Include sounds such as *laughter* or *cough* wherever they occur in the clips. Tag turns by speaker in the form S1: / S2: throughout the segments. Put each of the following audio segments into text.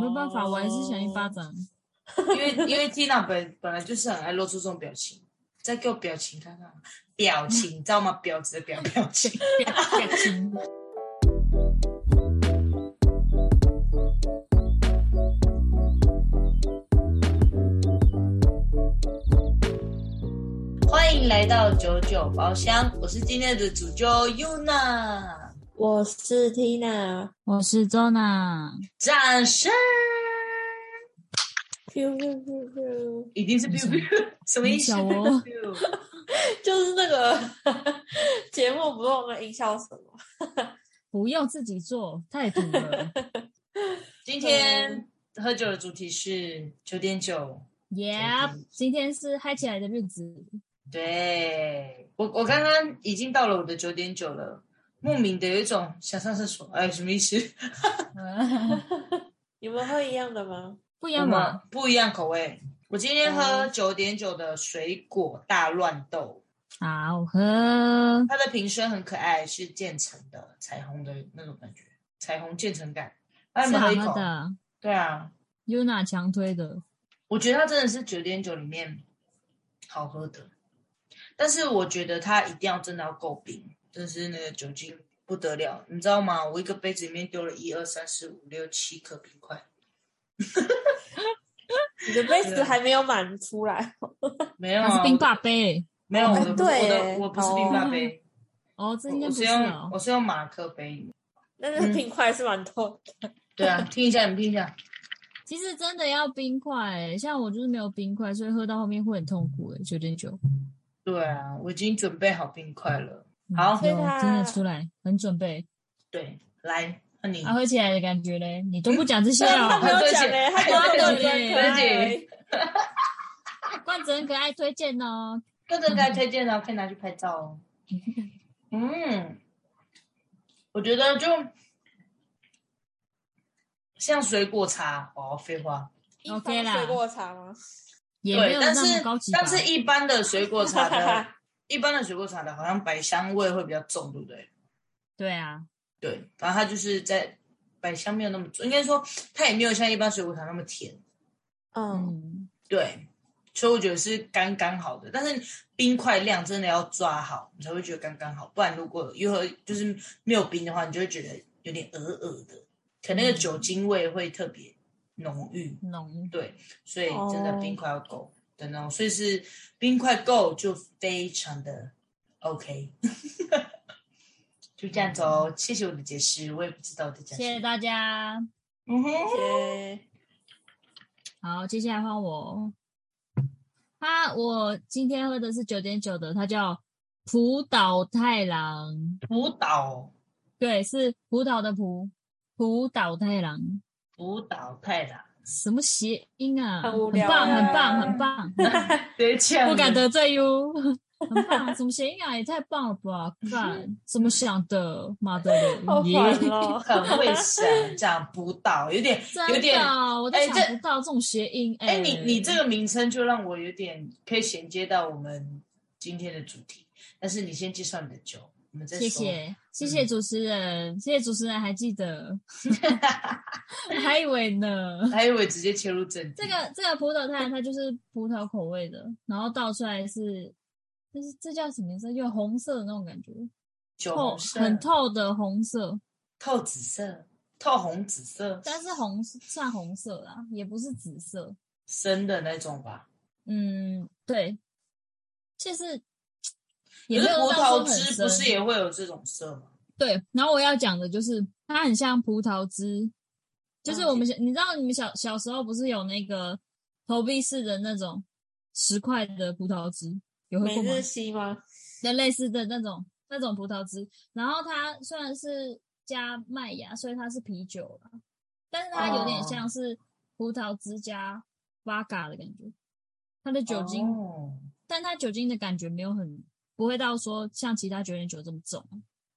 S1: 没办法，我还是想去
S2: *laughs*
S1: 发展。
S2: 哦因为因为 Tina 本本来就是很爱露出这种表情，再给我表情看看，表
S1: *laughs*
S2: 情你知道吗？婊子的表表情。
S1: 感情。
S2: 欢迎来到九九包厢，我是今天的主角 Yuna，
S3: 我是 Tina。
S1: 我是周娜，
S2: 掌声！
S3: biu biu biu biu
S2: 一定是 biu biu，什么 *laughs* 意思
S1: 很小哦
S2: ？biu
S3: 就是那个 *laughs* 节目，不是我们营销什么？
S1: 不要自己做，太土
S2: *laughs*
S1: 了。
S2: 今天喝酒的主题是九点九，
S1: yep，今天是嗨起来的日子， *laughs*
S2: 对我我刚刚已经到了我的九点九了，莫名的有一种想上厕所，哎，什么意思？
S3: 你们会一样的吗？
S1: 不一样
S2: 我
S1: 吧？
S2: 们不一样口味。我今天喝
S3: 哦
S2: 九点九的水果大乱斗，
S1: 好喝，
S2: 它的瓶身很可爱，是渐层的彩虹的那种感觉，彩虹渐层感。那你
S1: 是
S2: 们
S1: 好
S2: 喝一
S1: 喝
S2: 口？
S1: 的。
S2: 对啊，
S1: Yuna 强推的，
S2: 我觉得它真的是九点九里面好喝的，但是我觉得它一定要真的要够冰，就是那个酒精不得了，你知道吗？我一个杯子里面丢了一二三四五六七颗冰块，
S3: 你的杯
S1: 啊
S2: 对
S3: 子还没有满出来，
S2: 没有、
S1: 它
S2: 啊，
S1: 是冰霸杯。
S2: 没有，我的
S3: 哦
S2: 不我
S3: 对
S2: 的
S3: 耶
S2: 我不是冰霸杯，
S1: 哦，这应该
S2: 我
S1: 不
S2: 是啊
S1: 是
S2: 用
S1: 哦。
S2: 我是用马克杯。
S3: 但
S1: 嗯
S3: 是冰块是蛮多的。
S2: *laughs* 对啊，听一下，你们听一下，
S1: 其实真的要冰块、欸像我就是没有冰块，所以喝到后面会很痛苦、欸。九点九，
S2: 对啊，我已经准备好冰块了。
S1: 嗯
S2: 好
S1: 有
S3: 所以它
S1: 听得出来，很准备。
S2: 对，来，那你
S1: 啊，喝起来的感觉嘞，你都不讲这些
S2: *laughs*
S3: 他
S1: 哦
S3: 没。有讲嘞，他光有
S1: 对不起
S2: 对
S3: 讲
S1: 罐子很可爱，推荐哦。
S2: 各种该推荐的可以拿去拍照哦。 *laughs* 嗯，我觉得就像水果茶哦，废话，
S1: OK 啦
S3: 欸水果茶吗？
S1: 也没
S2: 对，
S1: 有
S2: 但
S1: 那
S2: 是
S1: 么高级吧。
S2: 但是一般的水果茶的， *laughs* 一般的水果茶的好像百香味会比较重，对不对？
S1: 对啊，
S2: 对，反正它就是在百香没有那么重，应该说它也没有像一般水果茶那么甜，
S3: 嗯，
S1: 嗯，
S2: 对，所以我觉得是刚刚好的，但是冰块量真的要抓好，你才会觉得刚刚好，不然如果又喝就是没有冰的话，你就会觉得有点鹅鹅的，可那个酒精味会特别浓郁，
S1: 嗯浓
S2: 对，所以真的
S3: 哦
S2: 冰块要够的那种，所以是冰块够就非常的 OK，就这样子哦，谢谢我的解释，我也不知道我在
S1: 谢
S2: 讲什
S1: 谢
S2: 么，
S1: 大家。
S2: 嗯哼，
S3: 耶
S1: 好，接下来换我。他我今天喝的是九点九的，它叫浦岛太郎，
S2: 辅导
S1: 对，是浦岛的浦，浦岛太郎，
S2: 辅导太郎，
S1: 什么谐音啊？
S3: 很无聊
S1: 棒，
S3: 啊
S1: 很棒，很
S3: *laughs*
S1: 棒，
S2: 别抢
S1: 不敢
S2: 了
S1: 得罪哟，很
S3: *laughs*
S1: 棒，什么谐音啊？也太棒了吧！干，怎么想的？妈的，
S3: 好
S1: 嗯耶
S3: 烦哦。 *laughs*
S2: 很会想，
S1: *laughs*
S2: 讲不到，有点
S1: 真
S2: 有点。
S1: 的，我都
S2: 哎
S1: 想
S2: 这
S1: 不到这种谐音。
S2: 哎、你你这
S1: 个
S2: 个名称就让我有点可以衔接到我们今天的主题，但是你先介绍你的酒，我们再说。嗯
S1: 谢谢谢谢主持人，谢谢主持人还记得，我还以为呢。
S2: *laughs* 还以为直接切入正题。
S1: 这个这个葡萄炭它就是葡萄口味的，然后倒出来是，就是这叫什么颜色？有红色的那种感觉，
S2: 酒
S1: 透
S2: 红色
S1: 很透的红色，
S2: 透紫色，透红紫色，
S1: 但是红算红色啦，也不是紫色。
S2: 深的那种吧，
S1: 嗯，对，就是也
S2: 可是
S1: 没有
S2: 葡
S1: 到
S2: 萄
S1: 说很
S2: 汁不
S1: 深
S2: 是也会有这种色吗？
S1: 对，然后我要讲的就是它很像葡萄汁，就是我们小，你知道你们小小时候不是有那个投币式的那种十块的葡萄汁，有喝
S3: 每
S1: 过吗？
S3: 日西吗？嗯
S1: 的类似的那种那种葡萄汁，然后它虽然是加麦芽，所以它是啤酒啦，但是它有点
S2: 哦
S1: 像是葡萄汁加八嘎的感觉，它的酒精，
S2: 哦，
S1: 但它酒精的感觉没有很不会到说像其他九点九这么重。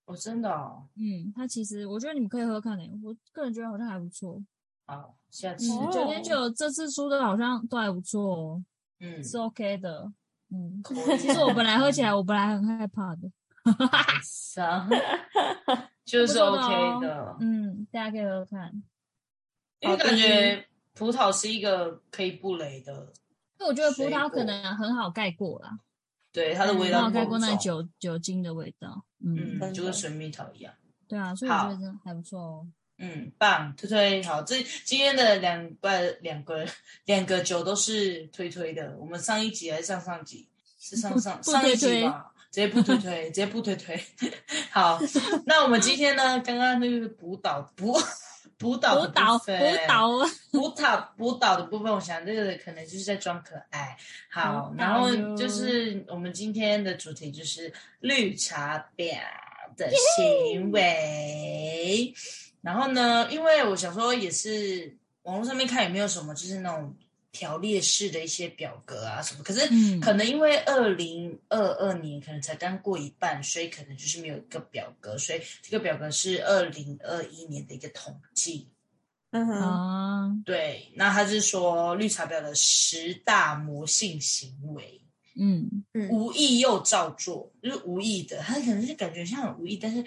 S2: 哦真的哦，
S1: 嗯，它其实我觉得你们可以喝喝看诶、欸我个人觉得好像还不错。
S2: 好，下次，
S1: 嗯，
S3: 哦
S1: 九点九这次出的好像都还不错哦，
S2: 嗯，
S1: 是 OK 的。嗯，
S2: 口味
S1: 其实我本来喝起来，我本来很害怕的。
S2: *laughs* 伤，就是 *laughs*
S1: 不错的哦哦
S2: OK 的。
S1: 嗯，大家可以喝喝看。
S2: 因为
S3: 好的
S2: 感觉葡萄是一个可以不雷的，
S1: 那我觉得葡
S2: 水
S1: 萄
S2: 果
S1: 可能很好盖过啦，
S2: 对它的味
S1: 很
S2: 道
S1: 好
S2: 不
S1: 盖过嗯那
S2: 重，
S1: 酒酒精的味道。嗯，
S2: 嗯，就跟水蜜桃一样。
S1: 对啊，所以我觉
S2: 好
S1: 得真的还不错哦。
S2: 嗯，棒，推推好，这今天的两呃两个两个酒都是推推的，我们上一集还是上上集是上上
S1: 不不
S2: 上一
S1: 推
S2: 集
S1: 推
S2: 吧，直接不推推，直接不推推。
S1: *laughs*
S2: 好，那我们今天呢，刚刚那个补导补 *laughs* 补导
S1: 舞
S2: 的部
S1: 蹈
S2: 分
S1: 舞蹈啊，
S2: 补导补导的部分，我想这个可能就是在装可爱。好，
S1: 补导
S2: 然后
S1: 哟
S2: 就是我们今天的主题就是绿茶婊的行为。然后呢，因为我想说也是网络上面看有没有什么就是那种条列式的一些表格啊什么，可是
S1: 嗯
S2: 可能因为二零二二年可能才刚过一半，所以可能就是没有一个表格，所以这个表格是二零二一年的一个统计。
S3: 嗯哼，
S1: 啊，
S2: 对，那他是说绿茶婊的十大魔性行为，
S1: 嗯，
S3: 嗯，
S2: 无意又照做，就是无意的，他可能是感觉像很无意，但是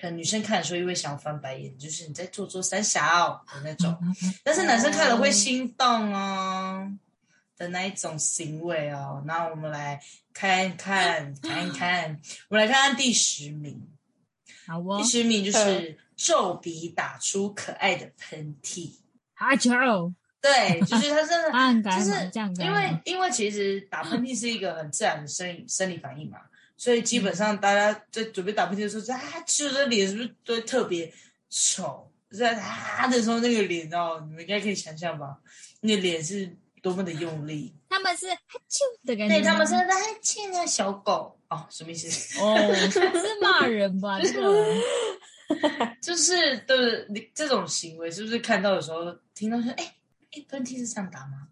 S2: 可能女生看的时候又会想翻白眼，就是你在做做三小的那
S1: 嗯
S2: 种，但是男生看了会心动哦的那一种行为哦。那我们来看看，看一看，我们来看看第十名，
S1: 好哦
S2: 第，十名就是
S3: 嗯
S2: 皱鼻打出可爱的喷嚏，
S1: 阿球，
S2: 对，就是他真的
S1: 按改
S2: 就是
S1: 这样改
S2: 因
S1: 嘛，
S2: 为因为其实打喷嚏是一个很自然的生生理反应嘛，所以基本上大家在准备打喷嚏的时候，就啊，就是这脸是不是都会特别丑？在啊的时候，那个脸，你知道，你们应该可以想象吧？那脸是多么的用力。
S1: 他们是哈啾的感觉吗，
S2: 对，他们是在亲啊小狗哦，什么意思？ *laughs*
S1: 哦，是骂人吧？这个
S2: 就是对你这种行为，是不是看到有时候听到说，哎哎，喷嚏是这样打
S1: *laughs*
S2: 吗？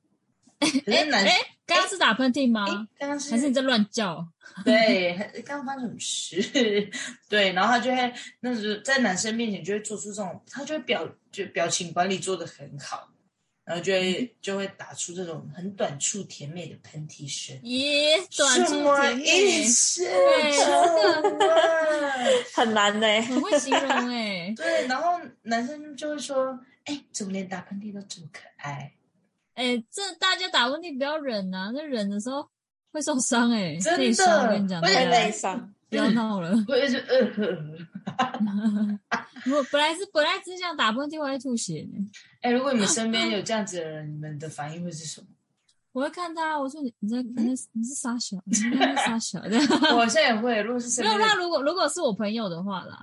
S2: 可是男
S1: 哎，刚刚是打喷嚏
S2: 哎
S1: 吗？，
S2: 刚刚是
S1: 还是你在乱叫？ *laughs*
S2: 对，刚发生什么事？ *laughs* 对，然后他就会，那时候在男生面前就会做出这种，他就会表就表情管理做得很好，然后就
S1: 嗯
S2: 会就会打出这种很短促甜美的喷嚏声。
S1: 咦，短
S2: 什
S1: 促
S2: 么
S1: 甜
S2: 意
S1: 美，
S2: 思？
S1: 对
S2: 真的，
S3: 很难呢、欸
S1: 很会形容哎
S2: 对，然后男生就会说：“哎，怎么连打喷嚏都这么可爱？
S1: *laughs* 哎，这大家打喷嚏不要忍啊，那忍的时候会受伤哎，
S2: 真的
S1: 内伤我跟你讲，
S2: 而且
S1: 大家
S3: 会内伤。
S1: 不要闹了。 *laughs*
S2: 我也是，呃呵。
S1: 我本来是本来只想打喷嚏，我还吐血呢。
S2: 哎，如果你们身边有这样子的人，你们的反应会是什么？ *laughs*
S1: 我会看他，我说你你在你在你是傻小，你在那傻小的。 *laughs*
S2: 我现在也会，如果是身
S1: 没有，
S2: 边的
S1: 那如果如果是我朋友的话啦，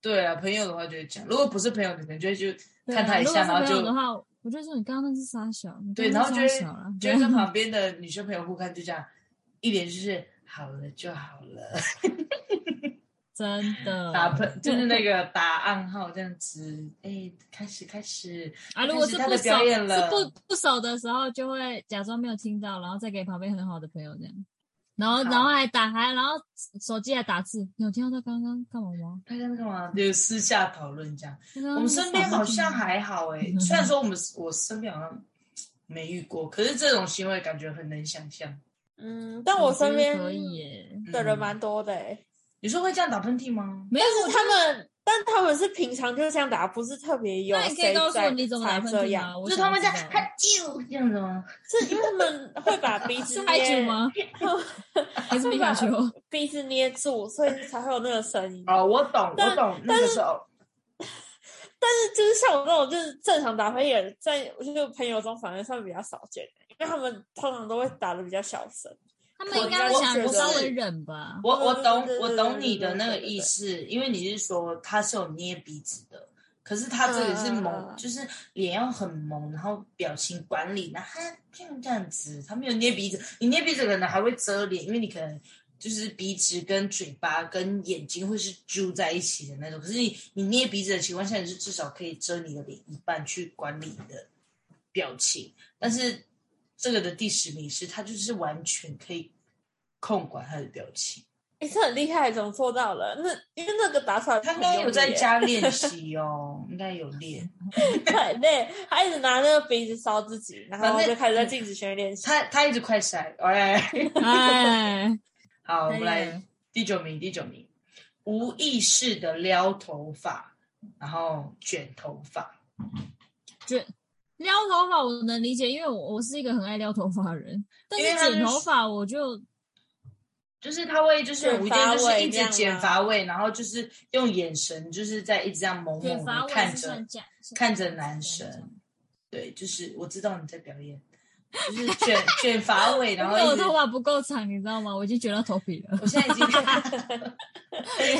S2: 对啊，朋友的话就会讲，如果不是朋友，可能就会就
S1: 对啊
S2: 看他一
S1: 如
S2: 下，
S1: 果
S2: 然
S1: 是
S2: 后
S1: 朋友
S2: 就
S1: 的话，我就说你刚刚那是傻小，你
S2: 对，然
S1: 刚
S2: 后就
S1: 刚那
S2: 会
S1: 是傻小啊啦。
S2: 就会
S1: *laughs*
S2: 跟旁边的女生朋友互看，就这样一脸就是好了就好了， *laughs*
S1: 真的
S2: 嗯打喷就是那
S1: *laughs*
S2: 个打暗号这样子，哎，开始开始，
S1: 啊！如果是
S2: 开始他
S1: 不
S2: 的
S1: 熟
S2: 表演
S1: 是
S2: 了
S1: 不不熟的时候，就会假装没有听到，然后再给旁边很好的朋友这样，然后
S2: 好
S1: 然后还打还然后手机还打字，你有听到他刚刚干嘛吗？
S2: 他跟干嘛？就私下讨论这样。
S1: 刚刚
S2: 我们身边好像
S1: 傻小
S2: 还好哎、虽然说
S1: *laughs*
S2: 我们我身边好像没遇过，可是这种行为感觉很能想象。
S3: 嗯，但我身边
S1: 可以耶，
S3: 的人
S2: 嗯
S3: 蛮多的、欸，
S2: 你说会这样打喷嚏吗？
S1: 没有
S3: 但是他们，但他们是平常就这样打，不是特别有
S1: 那你可以
S3: 谁
S1: 告诉
S3: 在
S1: 我你怎么打
S3: 才
S1: 喷
S3: 这
S1: 嚏
S3: 样，
S1: 啊吗？我
S2: 就
S1: 想
S2: 他们
S1: 知
S2: 在
S1: 道
S2: 哈啾这样子吗？
S3: 是因为他们会
S1: *laughs*
S3: 把鼻
S1: 是
S3: 子
S1: 海
S3: 捏
S1: 酒？吗？
S2: *laughs*
S1: 还是皮卡丘？
S3: 鼻子捏住，所以才会有那个声音。
S2: 哦，我懂，我
S3: 但
S2: 懂，那个时候，
S3: 但是就是像我那种就是正常打喷嚏，在就是朋友中反而算比较少见的，因为他们通常都会打的比较小声。
S1: 他们应该会
S3: 我
S1: 想
S3: 我
S1: 稍微忍吧。
S2: 我我懂
S3: 啊对对对对
S2: 我
S3: 对
S2: 懂
S3: 对
S2: 你
S3: 对
S2: 的那个
S3: 对对
S2: 意
S3: 对
S2: 思，因为你是说他是有捏鼻子的，可是他这里是
S3: 嗯
S2: 萌，
S3: 嗯嗯
S2: 就是脸要很萌，然后表情管理，然后他这样这样子，他没有捏鼻子，你捏鼻子可能还会遮脸，因为你可能。就是鼻子跟嘴巴跟眼睛会是揪在一起的那种，可是你你捏鼻子的情况下，你是至少可以遮你的脸一半去管理你的表情，但是这个的第十名是他就是完全可以控管他的表情。
S3: 哎、这很厉害，怎么做到了？那因为那个打出来
S2: 他应
S3: 很
S2: 该
S3: 用
S2: 有在
S3: 力耶， *laughs*
S2: 家练习哦，应该有练。
S3: 太累，他一直拿那个鼻子烧自己，然
S2: 反
S3: 后
S2: 正嗯
S3: 就开始在镜子前面练习。
S2: 他他一直快塞，哎，
S1: 哎，
S2: *laughs* 好，我
S1: 哎
S2: 们
S1: 呀
S2: 来第九名，第九名，无意识的撩头发，然后卷头发，
S1: 觉撩头发我能理解，因为我我是一个很爱撩头发的人，但
S2: 因为它
S1: 是
S2: 就是
S1: 剪头发我就
S2: 就是他会就是
S3: 卷
S2: 无意间就
S3: 发
S2: 是
S3: 位
S2: 一
S3: 这
S2: 直
S3: 样吗
S2: 剪发位，然后就是用眼神就是在一直这样懵
S1: 卷
S2: 懵
S1: 发
S2: 的
S1: 尾
S2: 看
S1: 是
S2: 着
S1: 算，假，
S2: 看着男生对，就是我知道你在表演，就是卷卷发尾，
S1: 因 *laughs*
S2: 然后
S1: 为我
S2: 一直
S1: 头，发不够长，你知道吗？我已经卷到头皮
S2: *laughs*
S1: 了。
S2: 我现在
S1: *laughs*
S2: 已经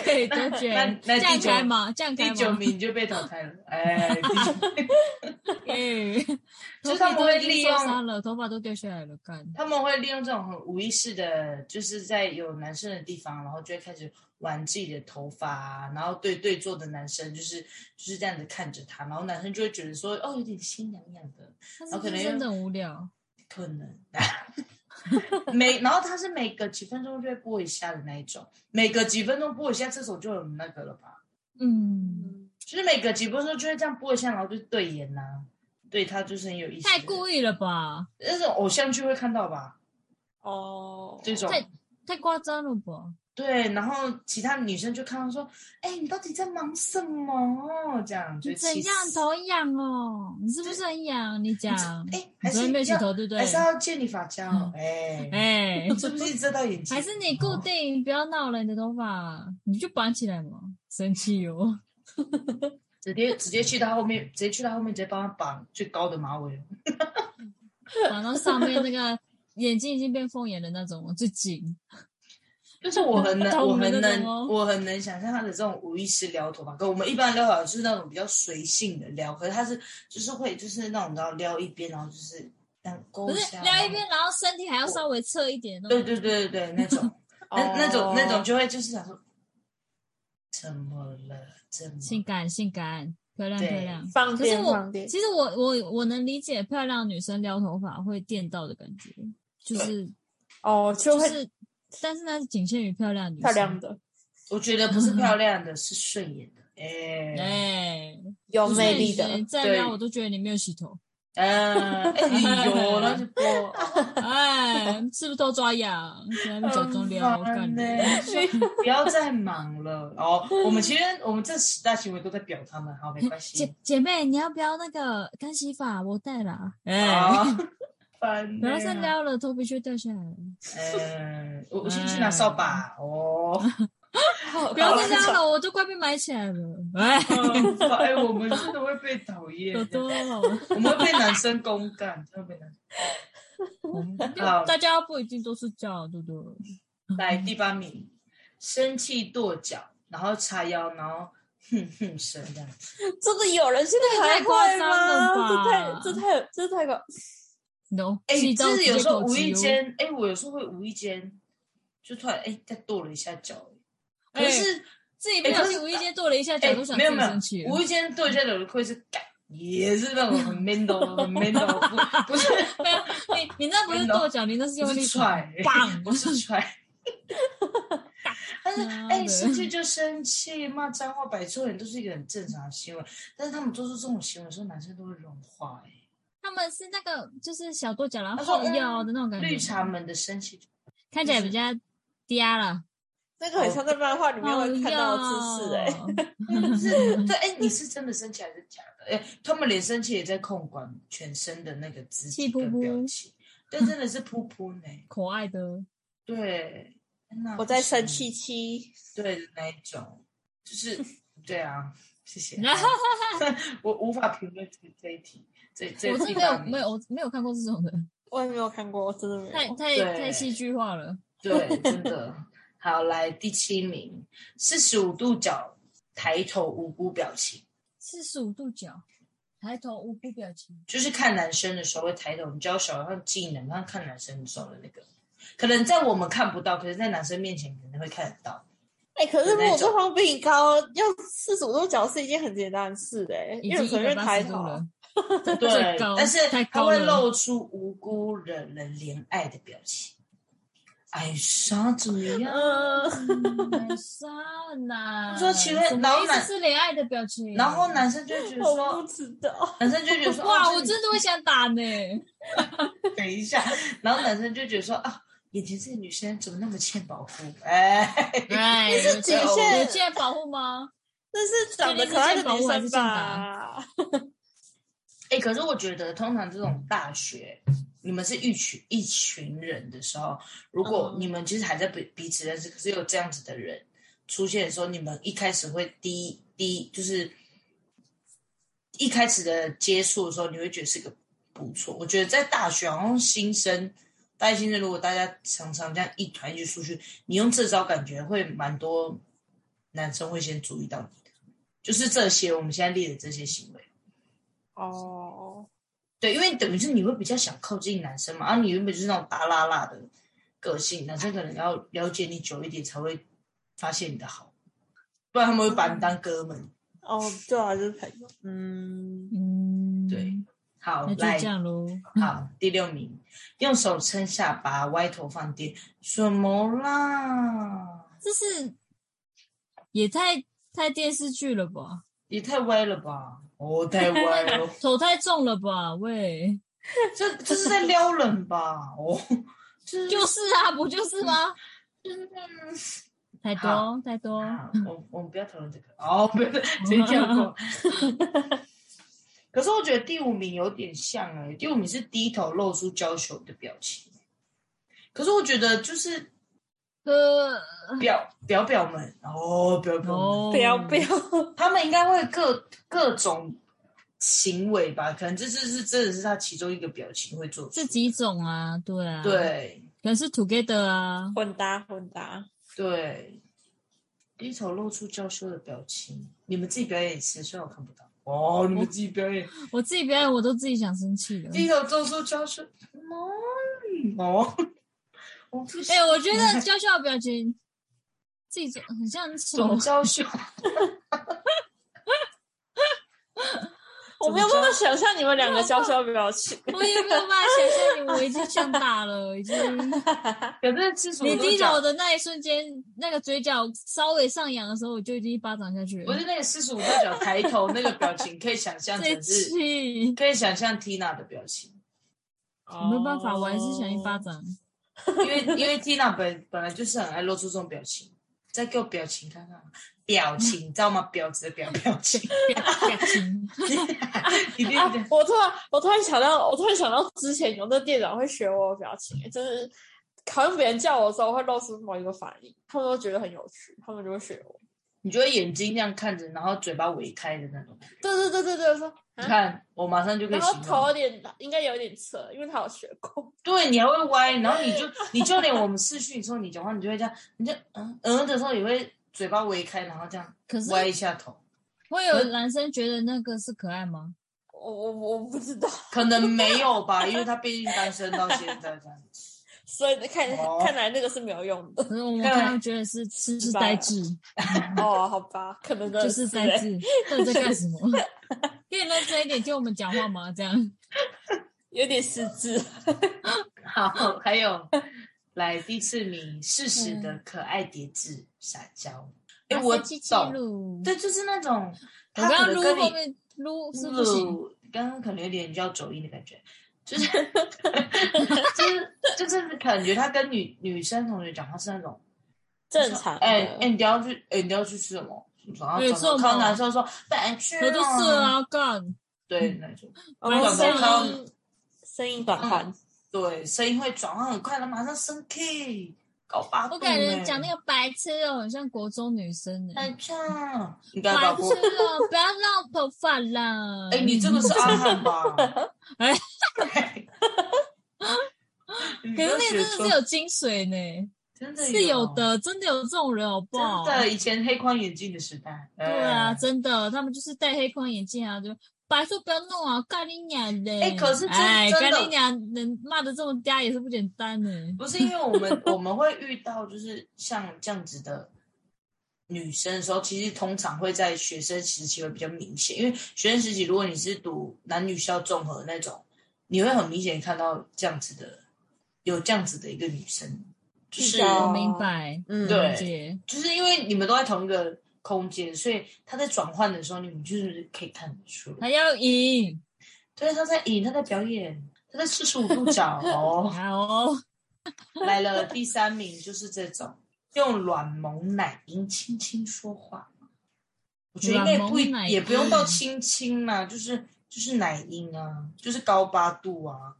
S1: 可以多
S2: 那
S1: 卷， *laughs*
S2: 那
S1: 这样
S2: 第九
S1: 开吗？这样开
S2: 第
S1: 吗？
S2: 九名就被淘汰了，哎，第九
S1: 耶，
S2: *laughs* 就
S1: 头
S2: 是他
S1: 发
S2: 们
S1: 都
S2: 会
S1: 已经
S2: 利
S1: 受
S2: 用
S1: 伤了，头发都掉下来了，干。
S2: 他们会利用这种很无意识的，就是在有男生的地方，然后就会开始玩自己的头发啊，然后对对坐的男生就是就是这样子看着他，然后男生就会觉得说，哦，有点心痒痒的，
S1: 他是
S2: 哦然后可
S1: 不
S2: 能
S1: 是
S2: 又
S1: 真的很无聊？
S2: 可能。啊 *laughs* 每然后他是每隔几分钟就会播一下的那一种，每隔几分钟播一下，这首就很那个了吧？
S1: 嗯，
S2: 就是每隔几分钟就会这样播一下，然后就对眼呐、啊对他就是很有意思。
S1: 太故意了吧？
S2: 那种偶像剧会看到吧？
S3: 哦，
S2: 这种
S1: 太太夸张了吧？
S2: 对，然后其他女生就看到说：“哎、你到底在忙什么？”这样就
S1: 你怎
S2: 气
S1: 样
S2: 死
S1: 头痒哦？你是不是很痒？你讲，
S2: 哎、
S1: 你
S2: 还
S1: 昨
S2: 是
S1: 天没有洗
S2: 要
S1: 头对不对嗯
S2: 还？是要借你发胶？哎、
S1: 哎，
S2: 是不是一直遮到眼睛？
S1: 还是你
S2: 哦
S1: 固定，不要闹了，你的头发啊你就绑起来嘛，生气
S3: *laughs*
S1: 哦。
S2: 直接直接去到后面，直接去到后面，直接帮他绑最高的马尾。
S1: 绑到上面那个眼睛已经变凤眼的那种，最紧。
S2: 就是我很
S1: *laughs*
S2: 能，
S1: 懂
S2: 我
S1: 的
S2: 很
S1: 那
S2: 能
S1: 种哦，
S2: 我很能想象他的这种无意识撩头发。跟我们一般撩头发就是那种比较随性的撩，可是他是就是会就是那种你知道撩一边，然后就是这样勾
S1: 不
S2: 一
S1: 是
S2: 下，
S1: 撩一边，然后身体还要稍微侧一点。
S2: 对对对对对，那种
S1: 哦
S2: 那那种那种就会就是想说，怎么了？怎么
S1: 性感性感，漂亮
S2: 对
S1: 漂亮。
S3: 放
S1: 可是
S3: 电放
S1: 我
S3: 电，
S1: 其实我我我能理解漂亮女生撩头发会电到的感觉，就是
S3: 哦，就
S1: 就
S3: 会
S1: 是，但是那是仅限于漂亮女生。
S3: 漂亮的，
S2: 我觉得不是漂亮的，是顺眼的。哎、
S1: 哎，
S3: 有
S1: 就是
S3: 魅力的，
S1: 你再
S2: 对
S1: 撩我都觉得你没有洗头，
S2: 嗯，哎、有那就
S1: *laughs*
S2: 播，哦
S1: 哎，是不是都抓痒？在那边假装
S2: 很
S1: 撩，感
S2: 烦欸呢、
S1: 觉 *laughs*
S2: *laughs* 不要再忙了。哦，我们其实我们这十大行为都在表他们，好，没关系
S1: 姐。姐妹，你要不要那个干洗发？我带了， *laughs* 哎，
S2: 啊，烦呢、
S1: 然后再 *laughs* 撩了，头皮就掉下来 *laughs* 了。
S2: 嗯，我我先去拿扫
S1: 嗯
S2: 把哦。 *laughs*
S1: 不要
S2: 搞
S1: 再
S2: 了
S1: 撩了，我都快被埋起来了，哎，
S2: 嗯烦哎、我们真的会被讨厌
S1: 有，多了。
S2: *laughs* 我们会被男生公干，真的被男生。
S1: *laughs*
S2: 好
S1: 大家不一定都是这样，对不对？
S2: 来第八名，生气跺脚，然后叉腰，然后哼哼声这样。
S3: 真的有人现在
S1: 这也
S3: 还
S1: 太夸
S3: 会
S1: 张了吧
S3: 吗？这太这太这太搞，
S1: no，
S2: 哎、
S1: 气到
S2: 就是有
S1: 直
S2: 时
S1: 接
S2: 候
S1: 口
S2: 无意
S1: 急哦，
S2: 间，哎、我有时候会无意间就突然哎、再跺了一下脚，可
S1: 哎
S2: 是
S1: 自己不小心无意间跺了一下
S2: 哎、
S1: 脚，都想
S2: 没有
S1: 自己
S2: 没
S1: 生气
S2: 有，
S1: 了 *laughs*
S2: 无，意间跺一下脚的会是干，也是那种很 man 的哦，很 man 的哦，不不是
S1: 没有，啊你你那不是跺脚，你那
S2: 哎
S1: 是
S2: 不
S1: 用力
S2: 是踹，
S1: 棒
S2: 不是踹。
S1: *laughs*
S2: *laughs* 但是，哎、
S1: 妈的
S2: 生气就生气，骂脏话、摆臭脸都是一个很正常的行为。但是他们做出这种行为的时候，男生都会融化、哎。
S1: 他们是那个就是小跺脚，然
S2: 他
S1: 后
S2: 说嗯
S1: 后腰的那种感
S2: 绿
S1: 觉，
S2: 茶们的生
S1: *laughs*
S2: 气，
S1: 看起来比较嗲了，
S3: 那个很像在漫画里面
S1: 哦
S3: 会看到的姿势哎、欸，
S1: 哟
S2: 是对，哎、你是真的生气还是假的？哎、他们连生气也在控管全身的那个肢体
S1: 气噗
S2: 跟
S1: 噗
S2: 表情，但真的是噗噗呢，
S1: *laughs* 可爱的，，
S2: 对，天哪
S3: 我在生，气期，
S2: 不行对的那一种，就是对啊，谢谢
S1: *laughs*
S2: *laughs* 我无法评论这这一题，这这
S1: 我真
S2: 第
S1: 的没有
S2: 八
S1: 没
S2: 名，
S1: 有我没有看过这种的，
S3: 我也没有看过，我真的没
S1: 太
S3: 有。
S1: 太
S2: 对
S1: 太戏剧化了，
S2: 对，真的。好，来第七名，四十五度角抬头无辜表情。
S1: 四十五度角，抬头无辜表情，
S2: 就是看男生的时候会抬头，你教小孩技能，他看男生的时候的那个，可能在我们看不到，可是在男生面前可能会看得
S1: *laughs*
S2: 到。
S3: 哎、可是如果对方比你高，要四十五度角是一件很简单的事哎、欸，
S1: 已
S3: 因为
S1: 经
S3: 随
S1: 一百
S3: 便
S1: 八
S3: 抬
S1: 十度
S3: 头啊。
S1: 了。
S2: 对，
S1: 高
S2: 但是
S1: 太
S2: 他
S1: 高
S2: 会
S1: 了
S2: 露出无辜惹人怜爱的表情。哎，啥怎么样？
S3: 嗯，
S1: *laughs* 嗯算啦。
S3: *laughs*
S2: 我说请问
S1: 什么
S2: 然后
S1: 意思
S2: 男
S1: 是怜爱的表情，
S2: 然后男生就会觉得
S3: 我
S2: 说，
S3: 不知道，
S2: 男生就会觉得说，
S1: 哇，
S2: 哦
S1: 我真的会想打
S3: *laughs*
S1: 呢。
S2: 这个等一下， *laughs* 然后男生就觉得说啊，眼前这个女生怎么那么欠保护？哎，
S1: 哎，
S3: 这是
S1: 有
S3: 极
S1: 有
S3: 限
S1: 有限保护吗？
S3: 那是长得可爱的女
S1: 确定是健保
S3: 生
S1: 还是健
S3: 吧？
S2: 哎、可是我觉得通常这种大学，你们是一群一群人的时候，如果
S1: 嗯
S2: 你们其实还在彼彼此认识，可是有这样子的人出现的时候，你们一开始会第一第一就是一开始的接触的时候，你会觉得是个不错。我觉得在大学好像新生。大一新生，如果大家常常这样一团一起出去，你用这招感觉会蛮多男生会先注意到你的，就是这些我们现在列的这些行为。
S3: 哦，
S2: 对，因为等于是你会比较想靠近男生嘛，啊然、后你原本就是那种大辣辣的个性，男生可能要了解你久一点才会发现你的好，不然他们会把你当哥们。
S3: 哦，对啊，就是朋友。嗯，
S1: 嗯，
S2: 对，好，
S1: 那就
S2: 来
S1: 这，样喽。
S2: 好，第六名，用手撑下巴，歪头放电，什么啦？
S1: 这是也太太电视剧了吧？
S2: 也太歪了吧！哦，太歪
S1: *laughs*
S2: 了，
S1: 头太重了吧？喂，
S2: 这这是在撩人吧？哦，就是
S1: 就是啊，不就是啊吗？太
S2: 好
S1: 多太多，
S2: 啊，我我们不要讨论这个哦，不要 *laughs* 直接跳过。可是我觉得第五名有点像哎、第五名是低头露出娇羞的表情。欸可是我觉得就是
S1: 呃，
S2: 表表表们嗯哦，表表们，
S1: 哦，
S3: 不要不要，
S2: 他们应该会各各种行为吧？可能这是是真的是他其中一个表情会做出
S1: 这几种啊，对啊，，
S2: 对
S1: 可能是 together 啊，
S3: 混搭混搭。
S2: 对，低头露出娇羞的表情，你们自己表演一次，虽然我看不到哦，你们自己表演。
S1: 我自己表演我都自己想生气了。
S2: 低头做出娇羞，嗯哦， *laughs* 我不
S1: 哎、
S2: 行，
S1: 我觉得娇羞的表情，自己做很像
S2: 总 *laughs*
S1: 丑，
S2: 娇羞，
S3: 我没有办法想象你们两个娇羞的表情。
S1: 我也没有办法想象你，我已经像大了，已经。
S2: 可是吃薯
S1: 你
S2: 都
S1: 低
S2: 讲
S1: 头的那一瞬间，那个嘴角稍微上扬的时候，我就已经一巴掌下去
S2: 不
S1: 了。
S2: 是那个四十五度角抬头那个表情，可以想象
S1: 这
S2: 成
S1: *laughs*
S2: 是，
S1: 气，
S2: 可以想象 Tina 的表情，
S1: 我没办法，我还是想一巴
S3: 哦。
S1: 掌。
S2: 因为因为 Tina 本本来就是很爱露出这种表情，再给我表情看看，表情，你知道吗？婊子的表表情，
S1: 表情，
S2: 一定
S3: 啊！我突然，我突然想到，我突然想到之前有的店长会学我的表情，就是好像别人叫我的时候会露出某一个反应，他们都觉得很有趣，他们就会学我。
S2: 你就会眼睛这样看着，然后嘴巴微开的那种，
S3: 对对对对对，我说，
S2: 你
S3: 啊
S2: 看我马上就可以
S3: 然后
S2: 形容
S3: 头。有点应该有点侧，因为他有学过。
S2: 对你还会歪，然后你就你就连我们视讯的时候你讲话，你就会这样，你就嗯嗯的时候也会嘴巴微开，然后这样
S1: 可是
S2: 歪一下头，
S1: 会有男生觉得那个是可
S2: *laughs*
S1: 爱吗？
S3: 我我我不知道， *laughs*
S2: 可能没有吧，因为他毕竟单身到现在这样子。
S3: 所以看、
S2: 哦
S3: 看来那个是没有用的。 *laughs*
S1: 可是我们
S2: 看来
S1: 看到觉得是是是
S3: 吧
S1: 呆
S2: *laughs*
S1: 滞，
S3: 哦，好吧，可能真的
S1: 就是
S3: 欸
S1: 呆滞，到底在
S2: *laughs*
S1: 干什么？可以认真一点听我们讲话吗？这样
S3: 有点失智。
S2: *laughs* 好，还有来第四名，适时的可爱叠字撒娇。
S1: *laughs*
S2: 哎，我
S1: 七七
S2: 懂，
S1: 路，
S2: 对，就是那种
S1: 我
S2: 他
S1: 刚刚
S2: 可能
S1: 撸
S2: 跟
S1: 后
S2: 你
S1: 面撸是不行，
S2: 路刚刚可能有点叫走音的 *laughs* 感觉，就是就是就是感觉他跟女女生同学讲话是那种
S3: 正常的。
S2: 哎哎、你等一下去，哎、你等一下去吃什么？然后
S1: 哎
S2: 长
S1: 吃什
S2: 得
S1: 么
S2: 看男生说不然去
S1: 我都
S2: 吃
S1: 射啊，干，
S2: 对，那种
S1: 我
S3: 我们
S1: 想说他
S3: 哦声音声音转换，
S2: 对声音会转换很快，他马上生气，搞八度、
S1: 我
S2: 欸。
S1: 感觉讲那个白痴哦，很像国中女生哎、
S2: 哎这样，你该
S1: 白
S2: 搞
S1: 痴
S2: 过。
S1: 哦，不要绕头发啦！
S2: 哎、你这
S1: *laughs*
S2: 个是阿汉吧？
S1: 哎 *laughs*
S2: 哎，
S1: 可
S2: 可
S1: 是那个真的是有精髓呢、
S2: 真的
S1: 是有，的，真的有这种人，好不
S2: 哦真
S1: 好？
S2: 的以前黑框眼镜的时代，哎对
S1: 对啊，真的，他们就是戴黑框眼镜啊，就白说不要弄啊，干你娘嘞！
S2: 哎可是真
S1: 哎，
S2: 真的
S1: 干你娘能骂的这么嗲也是不简单呢、
S2: 不是因为我们我们会遇到就是像这样子的女生的时候，其实通常会在学生时期会比较明显，因为学生时期如果你是读男女校综合那种，你会很明显看到这样子的有这样子的一个女生，就是啊
S3: 比较
S1: 我明白，
S3: 嗯
S2: 对
S1: 理解
S2: 就是因为你们都在同一个空间，所以她在转换的时候，你们就是可以看得出来，
S1: 还要赢，
S2: 对，她在演，她在表演。她在四十五度角哦，
S1: 好、哦，
S2: 来了第三名就是这种用软萌奶音轻轻说话，我觉得应该也不
S1: 软萌奶
S2: 一
S1: 音
S2: 也不用到轻轻啦，就是就是奶音啊，就是高八度啊。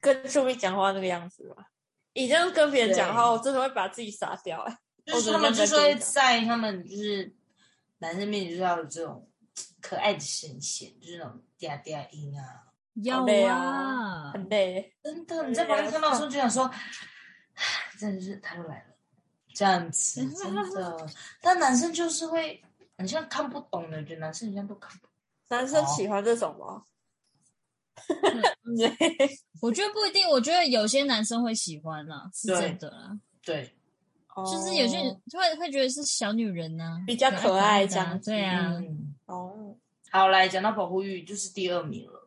S3: 跟助理讲话那个样子吧。你这样跟别人讲话，我真的会把自己杀掉、哎，
S2: 就是他们就是会在他们就是男生面前就是要有这种可爱的声线，就是那种嗲嗲音啊。
S1: 要
S3: 好累
S1: 啊，
S3: 很累。
S2: 真的，你在旁边看到的时候就想说， *sighs* 唉真的是他又来了，这样子真的。但男生就是会，很像看不懂的，就男生好像都看不懂。
S3: 男生喜欢这种吗？
S1: 哦
S3: *laughs*
S1: 我觉得不一定，我觉得有些男生会喜欢啦，是
S2: 对哦
S1: 真的啦，
S2: 对，
S1: *laughs* 就是有些人就会会觉得是小女人啊呐、
S3: 比较可爱这样子
S1: 对啊，
S2: 嗯，
S3: 哦，
S2: 好，来讲到保护欲，就是第二名了。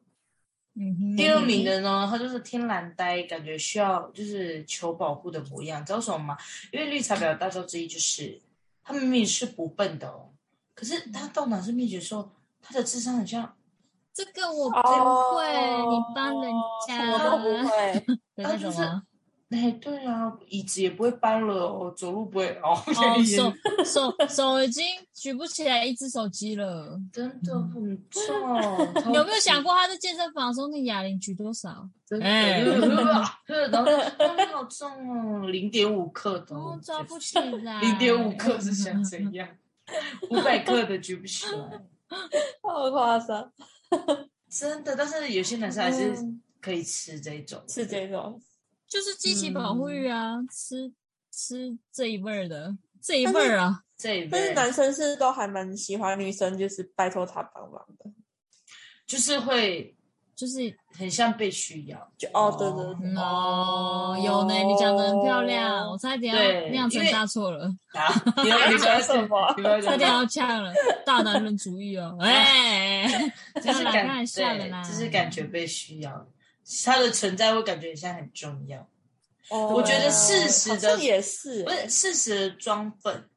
S1: 嗯哼，
S2: 第二名的呢，他就是天然呆，感觉需要就是求保护的模样，知道为什么吗？因为绿茶婊的大招之一就是，他明明是不笨的哦，可是他到男生面前的时候，他的智商很像
S1: 这个我不
S3: 哦
S1: 会，你帮人
S3: 什
S2: 哦
S3: 么都
S1: 家
S3: 不
S1: *laughs*
S3: 会。
S1: 的那种啊吗？
S2: 哎，对啊，椅子也不会搬了哦，走路不会哦， *laughs*
S1: 哦，
S2: 也
S1: 手手手已经举不起来一只手机了。
S2: 真的很重。
S1: 你 *laughs* 有没有想过他在健身房的时候那哑铃举多少？
S2: 真的？
S1: 哎 *laughs*
S2: 对，然后哎好重哦，零点五克的
S1: 哦
S2: 哦，，
S1: 抓不起来。
S2: 零点五克是想怎 *laughs* 样？五百克的举不起来，
S3: 好夸张，嗯
S2: 真的。但是有些男生还是可以吃这种，
S3: 是这种，
S1: 就是激起保护欲啊，吃吃这一辈儿的这一辈儿啊，
S2: 这一
S3: 但是
S2: 类
S3: 男生是都还蛮喜欢女生，就是拜托他帮忙的。
S2: 就是会
S1: 就是
S2: 很像被需要。
S3: 就哦，对对对，
S1: 嗯哦，有呢，你讲的很漂亮，我差点要
S2: 对
S1: 酿成大错了，
S2: 啊，
S1: *laughs*
S2: 你要你不要
S3: 讲什么
S2: 你不要
S1: 差
S2: 讲
S1: 点要呛了，大男人主义
S2: *laughs*
S1: 哦，哎，
S2: 就
S1: 这
S2: 是
S1: 样啦
S2: 感
S1: 开玩笑的
S2: 对
S1: 啦
S2: 就是感觉被需要，他的存在会感觉像很重要，
S3: 哦
S2: 我觉得适时的
S3: 好像也是欸
S2: 不，是事实的装笨，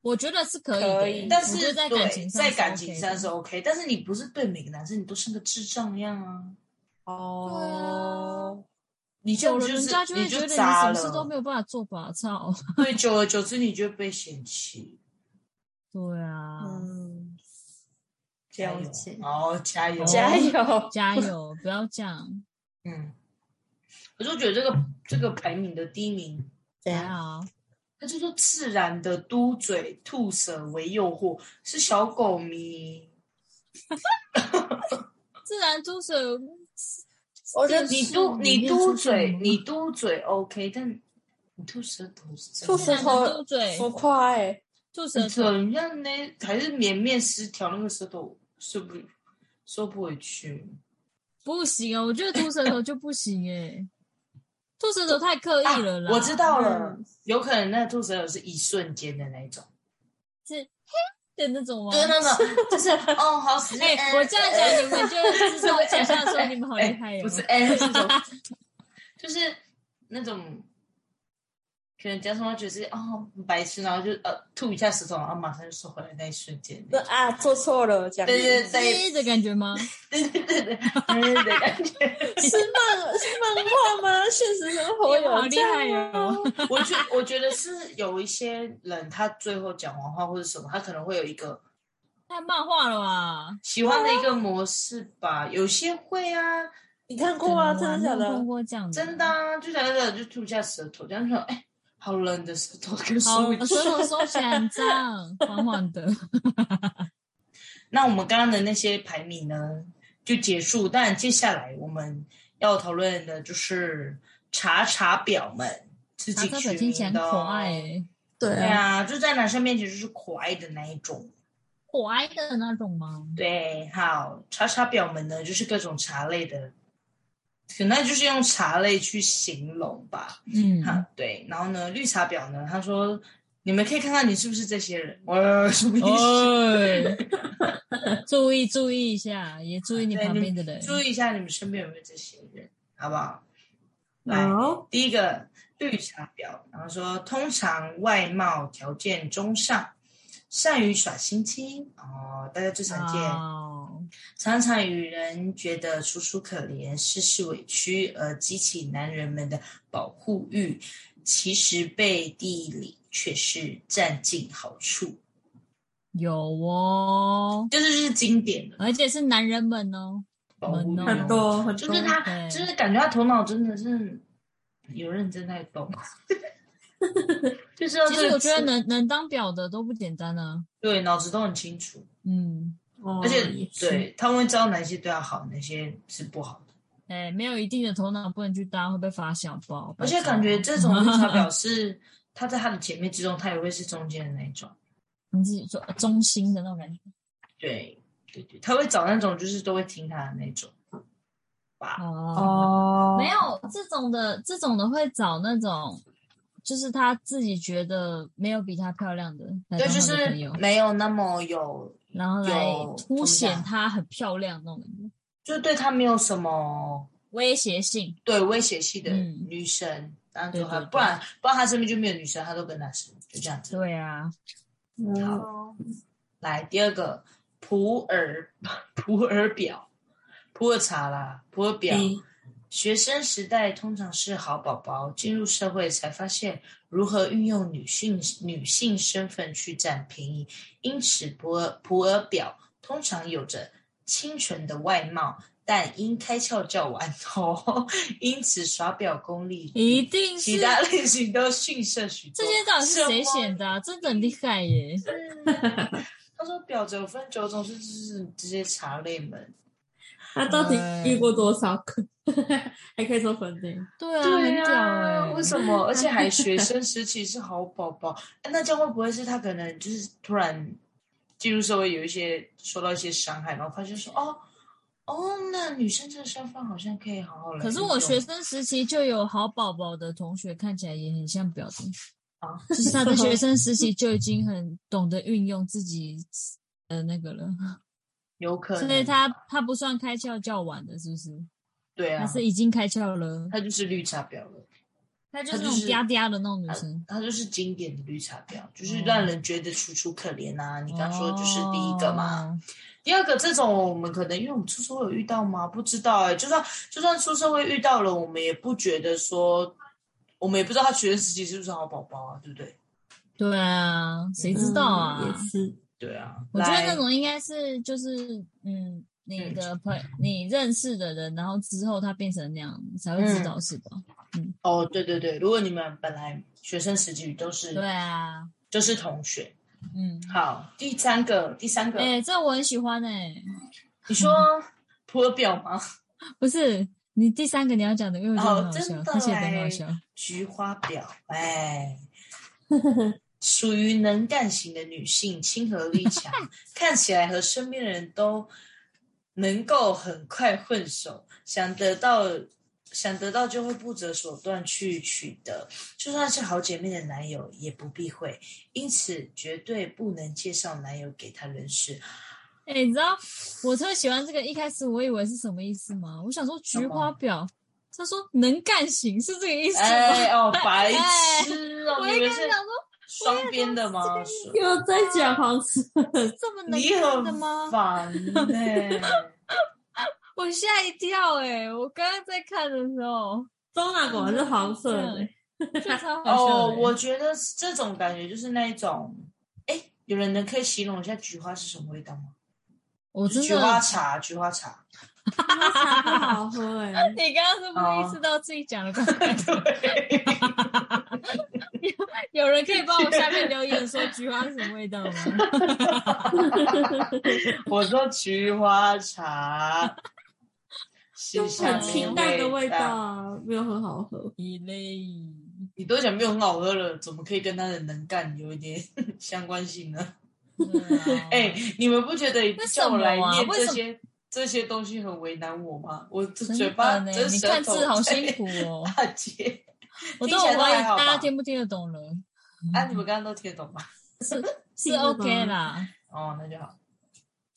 S1: 我觉得是可以
S3: 可
S1: 的欸
S3: 以，
S2: 但
S1: 我觉
S2: 是
S1: 得在
S2: 对
S1: 感情上
S2: 在
S1: 是
S2: 感情
S1: OK
S2: 上
S1: 的
S2: 是 OK，但是你不是对每个男生你都像个智障一样啊，
S3: 哦，
S2: 你这
S1: 久
S2: 样
S1: 了
S2: 就
S1: 人
S2: 是
S1: 家就会
S2: 你
S1: 觉得你
S2: 渣
S1: 什么
S2: 了，
S1: 事都没有办法做吧，操，
S2: *laughs* 对，久而久之你就会被嫌弃。
S1: 对啊，
S3: 嗯，
S2: 加油
S3: 了解，
S2: 哦，加油，
S3: *laughs* 加油，
S1: *laughs* 加油，不要这样，
S2: 嗯，我就觉得这个这个排名的第一名
S3: 怎
S1: 还？好，
S2: 他就说自然的嘟嘴吐舌为诱惑，是小狗迷。
S1: 自然出水，
S3: 我觉得
S2: 你嘟你嘟嘴，你嘟嘴 OK，但你吐舌头是真的
S3: 吐舌头
S1: 吐嘴
S3: 浮夸哎，
S1: 吐舌头，
S2: 怎样呢？还是绵绵失调，那个舌头是不收不回去？
S1: 不行啊，我觉得吐舌头就不行哎、吐舌头太刻意了啦。
S2: 我知道了，
S3: 嗯
S2: 有可能那个吐舌头是一瞬间的那一种，
S1: 是嘿的那种吗？
S2: 就是那种，就是哦，好死
S1: 哎、我这样讲你们就会
S2: *laughs*
S1: 知道，我讲下说你们好厉害哦哟、
S2: 不是哎，是种， *laughs* 就是那种，可能讲什么就是哦很白痴，然后就呃吐一下舌头，然后马上就收回来那一瞬间。
S3: 那啊做错了这样，
S2: 对对对
S1: 哎是的感觉吗？
S2: 对对对对对对对，
S1: *laughs*
S2: 感觉。
S3: 是漫是漫画吗？现实生活有
S1: 好厉
S3: 这样
S1: 害
S3: 吗
S1: 哟、
S2: 我觉我觉得是有一些人，他最后讲完话或者什么，他可能会有一个
S1: 太漫画了吧？
S2: 喜欢的一个模式吧。
S1: 嗯
S2: 有些会啊，
S3: 你看过啊？真的
S1: 怎么
S3: 假
S1: 玩弄
S3: 的
S1: 过？这样
S2: 真的、啊，就想想就吐一下舌头，这样说，哎，好冷的舌头，跟
S1: 好，
S2: 收一
S1: 哦我舌头收起来很脏，缓缓的。
S2: 那我们刚刚的那些排名呢就结束，但接下来我们要讨论的就是查查表们 *laughs* 自
S1: 查
S2: 己
S1: 查
S2: 取
S1: 表听起来
S2: 名
S1: 很
S2: 的哦、
S1: 可爱、欸，
S3: 对
S2: 对，啊，就在男生面前就是可爱的那一种。
S1: 可爱的那种吗？
S2: 对，好，查查表们呢就是各种茶类的，可能就是用茶类去形容吧。
S1: 嗯，
S2: 哈、对，然后呢，绿茶婊呢，他说你们可以看看你是不是这些人，
S1: *laughs*
S2: 我什么意思？
S1: 哦，嗯注意注意一下，也注意你
S2: 对
S1: 旁
S2: 你
S1: 边的人。
S2: 注意一下你们身边有没有这些人，好不好？来，
S3: 好，
S2: 第一个绿茶婊，然后说通常外貌条件中上，善于耍心机哦，大家最常见，
S4: 啊
S1: 哦，
S2: 常常与人觉得楚楚可怜、事事委屈，而激起男人们的保护欲。其实背地里却是占尽好处，
S1: 有哦，
S2: 这就是经典的。
S1: 而且是男人们哦，
S2: 保护
S1: 嗯哦
S2: 欲
S4: 很多很
S2: 就
S4: 多
S2: 是他，
S1: 对
S2: 就是感觉他头脑真的是有认真在
S1: *laughs*
S2: 动，就是要
S1: 其
S2: 这
S1: 实
S2: 个
S1: 我觉得
S2: 词
S1: 能能当表的都不简单啊。
S2: 对脑子都很清楚，
S1: 嗯，
S4: 哦
S2: 而且
S4: 也是
S2: 对他们会知道哪些对他好，哪些是不好的，
S1: 哎、没有一定的头脑不能去搭，会被罚小包。
S2: 而且感觉这种绿
S1: *laughs*
S2: 茶婊是他在他的姐妹之中，他也会是中间的那一种，
S1: 嗯你自己说中心的那种感觉。
S2: 对对对，他会找那种就是都会听他的那种吧，
S1: 哦，
S4: 哦，
S1: 没有这种的，这种的会找那种，就是他自己觉得没有比她漂亮的，来
S2: 对，
S1: 当
S2: 就
S1: 她的
S2: 是
S1: 朋友，
S2: 没有那么有，
S1: 然后来
S2: 有
S1: 凸显
S2: 怎么讲
S1: 她很漂亮那种感觉，
S2: 就对他没有什么
S1: 威胁性。
S2: 对威胁系的
S1: 嗯
S2: 女生，当做他，
S1: 对对对
S2: 不然不然他身边就没有女生，他都跟男生，就这样子。
S1: 对啊，
S4: 嗯
S3: 哦
S2: 来第二个普洱 *laughs* 普洱表，普洱茶啦，普洱表。
S1: 嗯
S4: 诶
S2: 学生时代通常是好宝宝，进入社会才发现如何运用女性女性身份去占便宜，因此普洱普洱表通常有着清纯的外貌，但因开窍较晚哦， *laughs* 因此耍表功力
S1: 一定是
S2: 其他类型都逊色许多。
S1: 这些到底是谁
S2: 什么
S1: 选的、啊？真的很厉害
S2: *laughs*
S1: 耶！
S2: 是？他说表则有分九种，是就是这些茶类们。
S4: 他到底遇过多少
S3: *laughs*
S4: 个？还可以做分类，
S1: 对啊，很屌哎、
S2: 为什么？而且
S1: *laughs*
S2: 还学生时期是好宝宝，哎那这样会不会是他可能就是突然进入社会有一些受到一些伤害，然后发现说哦哦，那女生这个身份好像可以好好来运用。
S1: 可是我学生时期就有好宝宝的同学，看起来也很像表弟
S2: 啊，
S1: 就是他
S2: *laughs*
S1: 在学生时期就已经很懂得运用自己的那个了，
S2: 有可能，
S1: 所以他他不算开窍较晚的，是不是？
S2: 对
S1: 他
S2: 啊，
S1: 是已经开窍了，
S2: 他就是绿茶婊了。
S1: 他就是
S2: 他
S1: 那
S2: 就
S1: 种
S2: 是
S1: 嗲嗲的那
S2: 呃
S1: 种女生。
S2: 它就是经典的绿茶婊，
S1: 嗯
S2: 就是让人觉得楚楚可怜啊。你刚说的就是第一个嘛，
S1: 哦？
S2: 第二个这种我们可能因为我们出社会有遇到吗？不知道哎、就算就算出社会遇到了，我们也不觉得说，我们也不知道他学生时期是不是好宝宝啊，对不对？
S1: 对啊，谁知道啊？
S4: 嗯也是，
S2: 对啊，
S1: 我觉得
S2: 来
S1: 那种应该是就是嗯，你
S2: 嗯
S1: 的朋、你认识的人，然后之后他变成那样，你才会
S2: 嗯
S1: 知道是吧？
S2: 哦，对对对，如果你们本来学生时期都是
S1: 对啊，
S2: 就是同学，
S1: 嗯，
S2: 好，第三个第三个，
S1: 哎、这我很喜欢哎、
S2: 你说 *laughs* 普洱表吗？
S1: 不是你第三个你要讲的，因为我觉得很好笑，
S2: 哦真的
S1: 他写的很
S2: 欸
S1: 好笑，
S2: 菊花婊，
S1: *laughs*
S2: 哎，属于能干型的女性，亲和力
S1: *laughs*
S2: 强，看起来和身边的人都能够很快混熟，想得到。想得到就会不择手段去取得，就算是好姐妹的男友也不避讳，因此绝对不能介绍男友给她认识。
S1: 哎、你知道我特喜欢这个，一开始我以为是什么意思吗？我想说菊花婊，他说能干型是这个意思吗？
S2: 哎
S1: *laughs*
S2: 哦，白
S1: 哎
S2: 痴哦！
S1: 我
S2: 你
S1: 一
S2: 以为
S1: 开
S2: 是
S1: 始想说
S2: 双边的吗？
S4: 又在讲黄色，
S1: 这么能
S2: 你
S1: 干的吗
S2: 很？烦欸呢、
S1: 我吓一跳哎、我刚刚在看的时候。
S4: 中南果然是黄色的
S1: 嗯，
S2: *laughs*
S1: 这超好笑的哎
S2: 哦，我觉得这种感觉就是那一种，哎，有人能可以形容一下菊花是什么味道吗？
S1: 我真
S2: 菊花
S1: 的，
S2: 茶，菊花茶。
S4: 它茶不好喝哎、
S1: 你刚刚是不是意识到自
S2: *laughs*
S1: 己讲的怪怪的？
S2: 哦对，
S1: 有人可以帮我下面留言说菊花是什么味道吗？
S2: *laughs* 我说菊花茶，
S4: 就
S2: 就
S4: 很清淡的味
S2: 味
S4: 道。啊，没有很好喝。
S1: 一类，
S2: 你都讲没有很好喝了，怎么可以跟它的能干有一点 *laughs* 相关性呢？哎、，你们不觉得
S1: 嗯什
S2: 叫我来
S1: 么啊
S2: 念
S1: 为
S2: 这
S1: 什
S2: 些、这些东西很为难我吗？我这
S1: 啊真
S2: 嘴
S1: 的
S2: 巴
S1: 呢
S2: 这，
S1: 你
S2: 舌
S1: 看
S2: 头哎
S1: 字好
S2: 在
S1: 辛苦哦，
S2: 打结。
S1: 我
S2: 听
S1: 都
S2: 起来
S1: 有
S2: 都
S1: 怀疑
S2: 还好
S1: 大家
S2: 吧
S1: 听不听得懂了，嗯
S2: 哎、你们刚刚都听得懂吗？
S1: 是
S2: 啊
S1: OK 啦，
S2: 哦，那就好。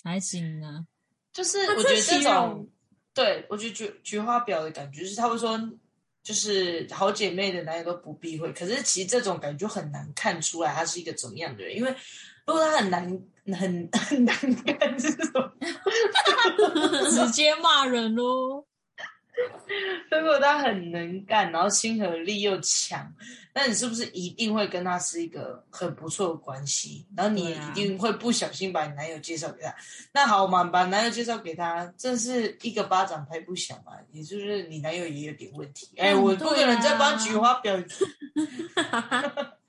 S1: 还
S2: *laughs*
S1: 行啊。
S2: 就是
S4: 那
S2: 我觉得
S4: 这
S2: 这
S4: 形
S2: 种
S4: 容，
S2: 对我觉得菊菊花婊的感觉是，他会说，就是好姐妹的男友都不避讳。可是其实这种感觉就很难看出来他是一个怎么样的人，因为如果他很难很 *laughs* 很难看这种，
S1: 直接骂人喽。
S2: 如果他很能干，然后亲和力又强，那你是不是一定会跟他是一个很不错的关系？然后你也
S1: 对啊
S2: 一定会不小心把你男友介绍给他。那好嘛，把男友介绍给他，这是一个巴掌拍不响嘛，也就是你男友也有点问题。哎、
S4: 嗯
S2: 我不可能再
S4: 对
S2: 帮
S4: 啊
S2: 菊花
S4: *laughs*
S2: 表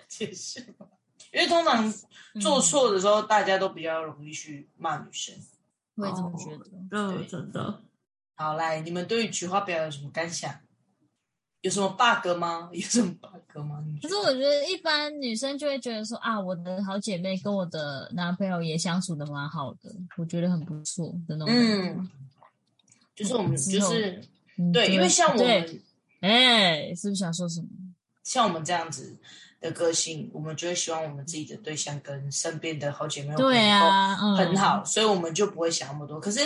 S2: 解释嘛，因为通常
S4: 嗯
S2: 做错的时候，大家都比较容易去骂女生。
S1: 我也这么觉得。
S4: 嗯，
S2: 对
S4: 真
S1: *laughs*
S4: 的，
S2: 好，来，你们对于菊花表有什么感想？有什么 bug 吗？ *laughs* 有什么 bug 吗？你觉
S1: 可
S2: 得
S1: 是我觉得一般女生就会觉得说啊，我的好姐妹跟我的男朋友也相处的蛮好的，我觉得很不错的那种感觉。
S2: 嗯，就是我们
S1: 之
S2: 就
S1: 后
S2: 是
S1: 嗯
S2: 对，因为像我
S1: 对，
S2: 们
S1: 哎、是不是想说什么？
S2: 像我们这样子的个性，我们就会希望我们自己的对象跟身边的好姐妹
S1: 对啊，
S2: 朋
S1: 嗯，
S2: 友都很好，所以我们就不会想那么多。可是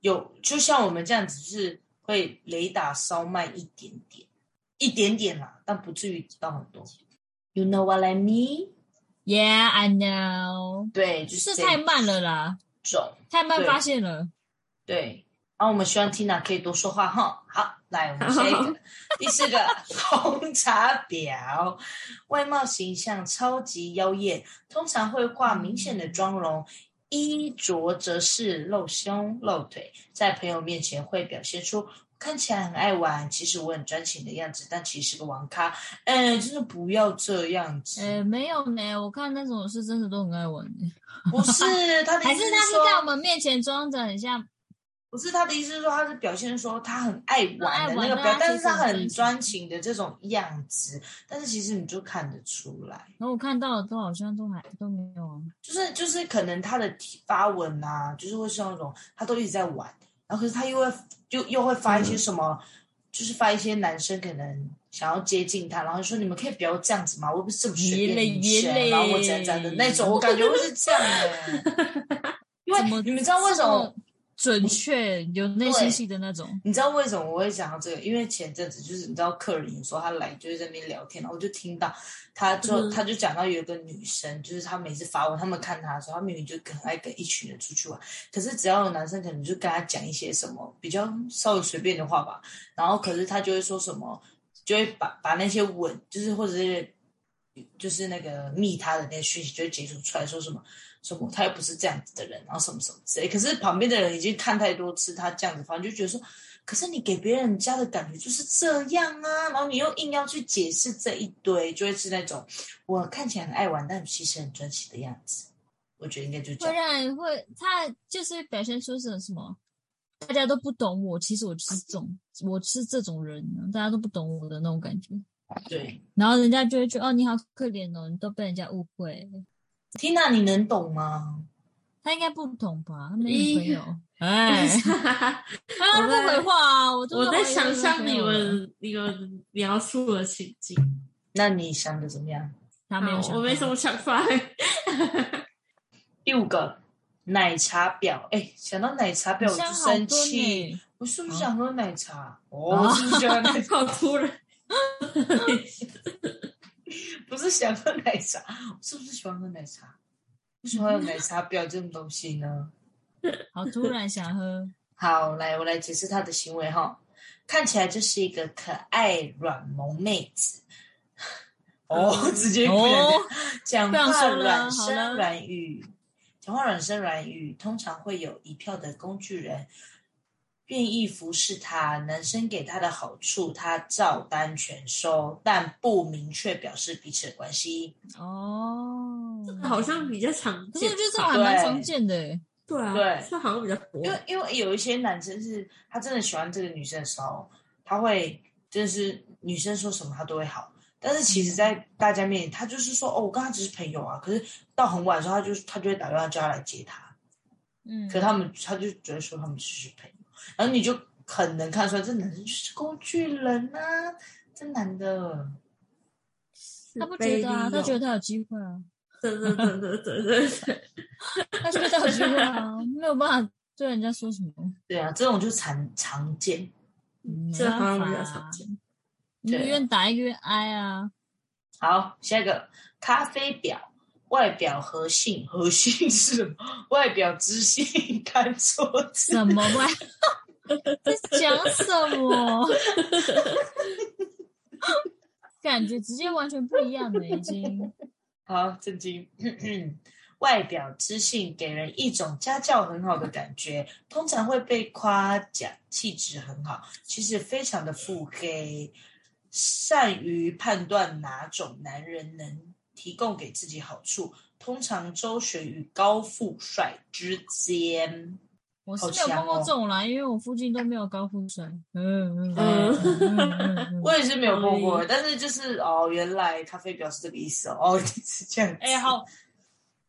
S2: 有就像我们这样子，就是会雷打烧麦一点点，一点点啦，但不至于到很多。You know what I mean？
S1: ，Yeah, I know，
S2: 对，就是是
S1: 太
S2: 这
S1: 慢了啦，
S2: 种。
S1: 太慢
S2: 对
S1: 发现了。
S2: 对，然后我们希望 Tina 可以多说话哈。好，来我们下一
S4: 好
S2: 个，
S1: *laughs*
S2: 第四个红茶婊，外貌形象超级妖艳，通常会化明显的妆容。衣着则是露胸露腿，在朋友面前会表现出看起来很爱玩，其实我很专情的样子，但其实是个玩咖。哎，真的不要这样子，
S1: 哎、没有呢，我看那种是真的都很爱玩的，
S2: 不是他的意
S1: 还
S2: 思
S1: 是他是
S2: 说
S1: 在我们面前装着很像
S2: 不是他的意思是说，他是表现说他很爱玩的那
S1: 很爱玩
S2: 个
S1: 啊
S2: 表，但是他
S1: 其实
S2: 很
S1: 很
S2: 专情的这种样子，但是其实你就看得出来，
S1: 然后我看到的都好像都还都没有啊，
S2: 就是就是可能他的发文啊，就是会是那种他都一直在玩，然后可是他又会就又会发一些什么，就是发一些男生可能想要接近他，然后说你们可以不要这样子嘛，我又不是这么随便的女
S1: 爷嘞
S2: 生，
S1: 爷
S2: 然后我怎样怎样的那种，我感觉会是这样
S1: *laughs*
S2: 的、因
S1: 怎
S2: 为
S1: 么
S2: 你们知道为什么？
S1: 准确有内心戏的那种？
S2: 你知道为什么我会讲到这个？因为前阵子就是你知道客人有时候他来就是在那边聊天，然后我就听到他就、
S4: 嗯
S2: 他就讲到有一个女生，就是她每次发文，他们看她的时候，她明明就很爱跟一群人出去玩，可是只要有男生可能就跟她讲一些什么比较稍微随便的话吧，然后可是她就会说什么，就会把把那些吻就是或者是。就是那个密她的那些讯息就会解除出来，说什么什么他又不是这样子的人，然后什么什么之类。可是旁边的人已经看太多次他这样子，反正就觉得说，可是你给别人家的感觉就是这样啊，然后你又硬要去解释这一堆，就会是那种我看起来很爱玩，但其实很专情的样子。我觉得应该就这
S1: 会
S2: 样，
S1: 让人会他就是表现出是什么？大家都不懂我，其实我就是这种，我是这种人啊，大家都不懂我的那种感觉。
S2: 对。
S1: 然后人家就会觉得哦，你好可怜哦，你都被人家误会。
S2: Tina，你能懂吗？
S1: 他应该不懂吧？他没女朋友。哎，他
S4: 我
S1: 不
S4: 在
S1: 回话啊！我
S4: 我在想象你
S1: 们，
S4: 们你们描述的情境，
S2: 那你想的怎么样？
S1: 他没有想
S4: 好
S1: 法，
S4: 我没什么想法。哎
S2: 第五个奶茶婊，哎，想到奶茶婊我
S1: 像
S2: 就
S1: 好
S2: 生
S1: 多啊
S2: 气。 *laughs*
S1: 呢。
S2: 我是不是想喝奶茶？哦，我是不是想喝奶茶？
S4: 好突
S1: *laughs*
S4: 然，
S2: 不是想喝奶茶， *laughs* 我是不是喜欢喝奶茶？为什么有奶茶婊这种东西呢？
S1: 好突然
S2: *laughs*
S1: 想喝，
S2: 好，来，我来解释她的行为哈。看起来就是一个可爱软萌妹子。哦，直接不想
S1: 哦
S2: 讲
S1: 不想
S2: 话
S1: 说了
S2: 软
S1: 好了
S2: 声软语，讲话软声软语，通常会有一票的工具人愿意服侍他，男生给他的好处他照单全收，但不明确表示彼此的关系。
S1: 哦，
S4: 好像比较常
S1: 可是
S4: 见
S1: 我觉。得这种啊还蛮常见的欸，
S4: 对啊，
S2: 对
S4: 这好像比较多
S2: 因。为因为有一些男生是他真的喜欢这个女生的时候，他会就是女生说什么他都会好，但是其实，在大家面前，他就是说哦，我跟他只是朋友啊。可是到很晚的时候，他就他就会打电话叫他来接他。
S1: 嗯，
S2: 可他们他就觉得说他们只是朋友，然后你就很能看出来，这男人就是工具人啊，这男的。
S1: 他不觉得啊，他觉得
S4: 得
S1: 他有机会啊，
S4: 真
S1: *laughs*
S4: 的真的真的，
S1: 他觉得他有机会啊，没有办法对人家说什么，
S2: 对啊，这种就常常见，
S1: 没
S4: 这好
S1: 办
S4: 像
S1: 法
S4: 比较常
S1: 啊，
S4: 见。
S1: 你
S2: 对啊
S1: 一愿打一个愿挨啊，
S2: 好，下一个咖啡婊，外表和性， *laughs* 和性是什么？外表知性，看错
S4: *laughs*
S2: 字
S1: 什，么外在讲什么？ *laughs* 感觉直接完全不一样了，已经。
S2: 好，震惊。 *clears throat* 外表知性给人一种家教很好的感觉，通常会被夸奖气质很好，其实非常的腹黑，善于判断哪种男人能提供给自己好处，通常周旋于高富帅之间。
S1: 我是没有碰过这种啦，因为我附近都没有高富帅。嗯嗯
S2: 嗯
S1: 嗯嗯
S2: *laughs*
S1: 嗯
S2: 我也是没有碰过，但是就是哦，原来咖啡表示这个意思哦，哦 *laughs* 是这样子。
S1: 哎、好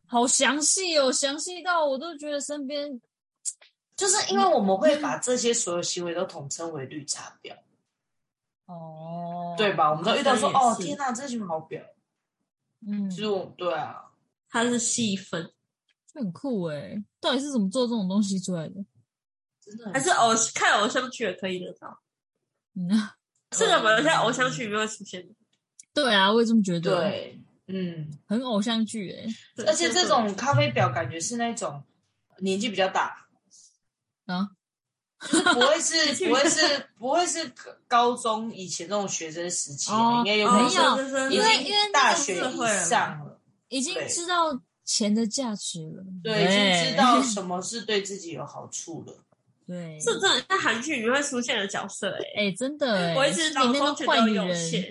S1: 好详细哦，详细到我都觉得身边
S2: 就是因为我们会把这些所有行为都统称为绿茶婊，
S1: 哦，
S2: 对？吧？我们都遇到说
S4: 好像也
S2: 哦，
S4: 是
S2: 天哪，这群好婊，
S1: 嗯，
S2: 就是我对啊，
S4: 他是戏粉，
S1: 就很酷哎、到底是怎么做这种东西出来的？
S2: 真的
S4: 还是偶看偶像剧也可以得到？
S1: 嗯， *laughs*
S4: 是的吧？现在偶像剧里面会出现，
S1: 对啊，我也这么觉得，，
S2: 对，嗯，
S1: 很偶像剧哎、
S2: 而且这种咖啡婊感觉是那种年纪比较大，
S1: 啊，
S2: 就是不会
S1: *laughs*
S2: 是不会是不会是高中以前那种学生时期，
S1: 哦
S2: 应该有可
S1: 没
S2: 能
S1: 有
S2: 是
S4: 有
S2: 已
S1: 因为因
S2: 经
S1: 为那个
S2: 大学
S4: 社
S2: 以
S4: 会了
S2: 上了，
S1: 已经
S2: 对
S1: 知道钱的价值了，
S2: 对，已经知
S1: *laughs*
S2: 道什么是对自己有好处了。
S1: 对，
S4: 是真的在韩剧里面会出现的角色哎、
S1: 哎、真的哎、
S4: 我一直
S1: 是里面
S4: 脑
S1: 都
S4: 中觉
S1: 坏
S4: 得
S1: 女
S4: 有
S1: 人，
S4: 限，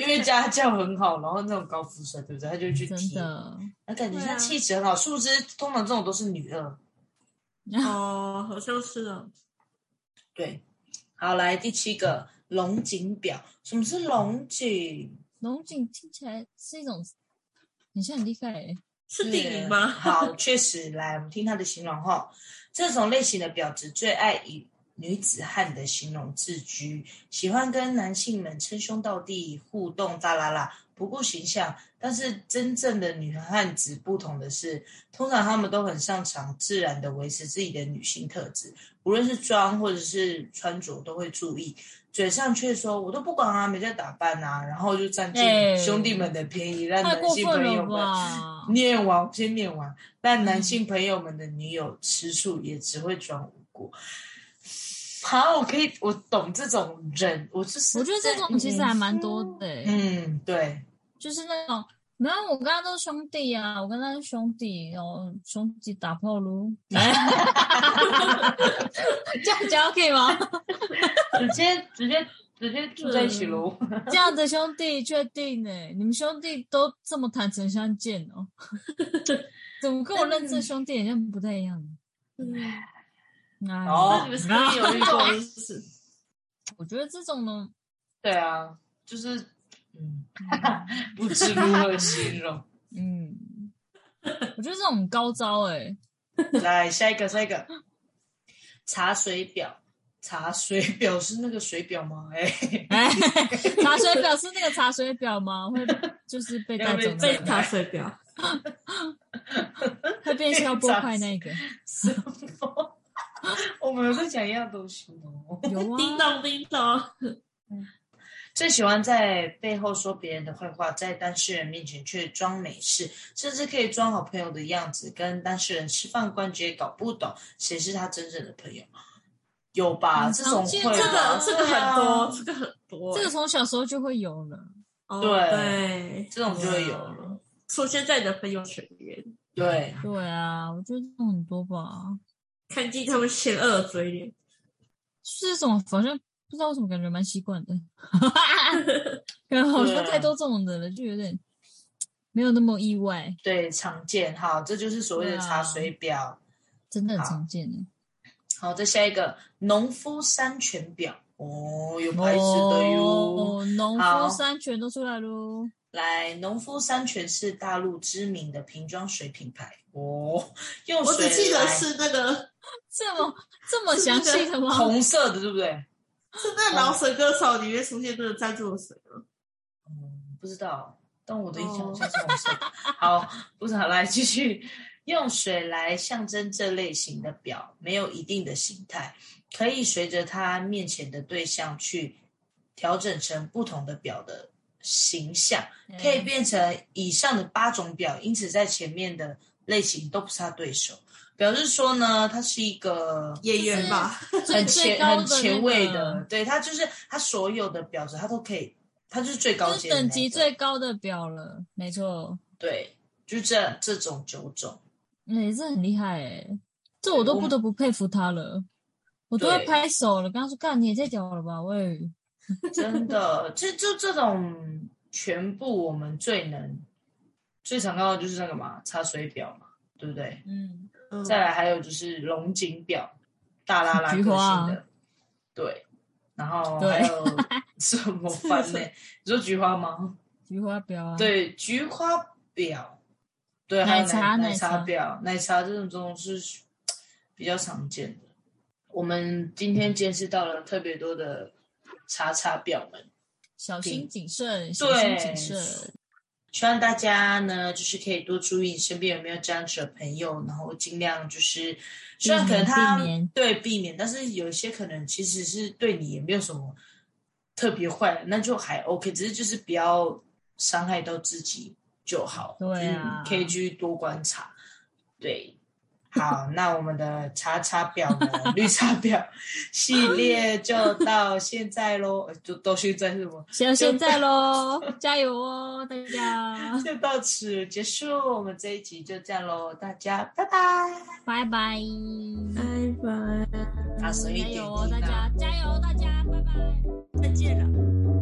S2: 因为家教很好，然后那种高富帅，对不对？他就去
S1: 真
S2: 踢，
S1: 的，
S2: 那感觉
S4: 对啊
S2: 他气质很好。殊不知，通常这种都是女二。
S4: 哦，好像是哦，
S2: 对，好，来第七个龙井表，什么是龙井？
S1: 龙井听起来是一种很像很厉害、欸，
S4: 是地名
S2: *laughs*
S4: 吗？
S2: 好，确实，来我们听他的形容哈。这种类型的婊子最爱以女子汉的形容自居，喜欢跟男性们称兄道弟，互动大啦啦，不顾形象。但是真正的女汉子不同的是，通常她们都很擅长自然的维持自己的女性特质，无论是妆或者是穿着都会注意。嘴上却说“我都不管啊，没在打扮啊”，然后就占尽
S1: 哎
S2: 兄弟们的便宜，让
S1: 太
S2: 男
S1: 过
S2: 性
S1: 分
S2: 朋友
S1: 了
S2: 们
S1: 吧？
S2: 念完先念完，但
S1: 嗯
S2: 男性朋友们的女友吃醋也只会装无辜。好，我可以，我懂这种人，我就是
S1: 我觉得这种其实还蛮多的、欸，
S2: 嗯，对，
S1: 就是那种，没有，我跟他都是兄弟啊，我跟他是兄弟，然后兄弟打炮 *laughs* 喽，这样讲可以吗？
S2: 直接直接直接住在一
S1: 嗯
S2: 起喽。
S1: 这样的兄弟确定呢、欸你们兄弟都这么坦诚相见哦， *laughs* 怎么跟我认识的兄弟好像不太一样？哎
S2: 哦
S4: 那你们是不是有遇过？就是
S1: 我觉得这种呢，
S2: 对啊，就是嗯，不知如何形
S1: *laughs*
S2: 容。
S1: 嗯，我觉得这种很高招哎、
S2: 来，下一个，下一个，茶水表，茶水表是那个水表吗？哎、 *laughs*
S1: 哎，茶水表是那个茶水表吗？会就是被带走
S2: 被
S1: 那
S4: 被
S1: 个，
S4: 查水表，
S1: 会变消波块那个，
S2: 什么？ *laughs* 我们有在讲一样东西吗？
S1: 有
S4: 叮
S1: 啊，
S4: 咚叮咚，
S2: 最喜欢在背后说别人的坏话，在当事人面前却装没事，甚至可以装好朋友的样子，跟当事人吃饭逛街，搞不懂谁是他真正的朋友，有吧？
S1: 很
S2: 这种
S1: 常
S2: 会
S1: 见
S2: 吧
S4: 这个这个很
S2: 对
S4: 多，
S2: 啊
S4: 这个很多，欸
S1: 这个从小时候就会有了。
S4: 哦
S2: 对
S4: 对，啊
S2: 这种就会有了。
S4: 出现在你的朋友圈里面，
S2: 对，
S1: 对啊，我觉得这种很多吧，
S4: 看见他们险恶的嘴脸，
S1: 就是这种好像不知道为什么感觉蛮习惯的，感觉好像太多这种人了，就有点没有那么意外，
S2: 对，常见哈，这就是所谓的
S4: 啊
S2: 茶水表。
S1: 真的很常见的。
S2: 好，再下一个农夫山泉表哦，有牌子的哟。
S1: 哦，农
S2: 好
S1: 夫山泉都出来喽，
S2: 来，农夫山泉是大陆知名的瓶装水品牌哦，用
S4: 我
S2: 水
S4: 只记得
S2: 来
S4: 是那个
S1: 这么这么详细的吗？
S2: 红色的，对不对？
S4: 是那个老舍歌手里面出现那个赞助的水吗？
S2: 嗯，不知道，但我的印象好像是红色。好，不是好来继续。用水来象征这类型的表，没有一定的形态，可以随着它面前的对象去调整成不同的表的形象，
S1: 嗯
S2: 可以变成以上的八种表，因此在前面的类型都不是它对手。表示说呢，它是一个
S5: 演员吧，
S1: 最
S2: 很
S1: 最
S2: 前
S1: 高
S2: 很
S1: 的、
S2: 前卫的，，对它就是它所有的表子它都可以，它就是最高
S1: 就是
S2: 阶的那
S1: 等级
S2: 一个
S1: 最高的表了，没错。
S2: 对，就这这种九种。
S1: 哎、这很厉害哎、这我都不得不佩服他了，我都
S2: 对
S1: 会拍手了。刚刚说干你也太屌了吧喂！
S2: 真的，这就这种全部我们最能最常看到就是那个嘛，查水表嘛，对不对？
S1: 嗯，
S5: 嗯
S2: 再来还有就是龙井表，大拉拉个
S1: 菊花啊
S2: 性的，对。然后
S1: 对
S2: 还有什么
S1: *laughs*
S2: 番呢？你说菊花吗？
S1: 菊花表啊，，
S2: 对，菊花表，对，还有
S1: 奶茶
S2: 奶
S1: 奶
S2: 茶
S1: 茶
S2: 表、奶茶这种东西是比较常见的。我们今天见识到了特别多的茶茶表们。
S1: 小心谨慎，小心
S2: 对
S1: 谨慎。
S2: 希望大家呢，就是可以多注意你身边有没有这样子的朋友，然后尽量就是，虽然可能他
S1: 嗯避免
S2: 对避免，但是有一些可能其实是对你也没有什么特别坏的，那就还 OK，只是就是不要伤害到自己就好。
S1: 对啊
S2: 就是可以去多观察。
S1: *laughs*
S2: 对，好，那我们的查查表呢，绿茶表系列就到现在喽，呃就到现在是吗？
S1: 现现在喽，
S2: *laughs*
S1: 加油哦，大家，
S2: 就到此结束，我们这一集就这样喽，大家拜拜。
S1: 拜拜，
S4: 拜拜。
S2: 大声一啊
S1: 加
S2: 点，
S1: 油哦，
S2: 妮
S1: 大
S2: 娜
S1: 家，加油，大家，拜拜。
S5: 再见了。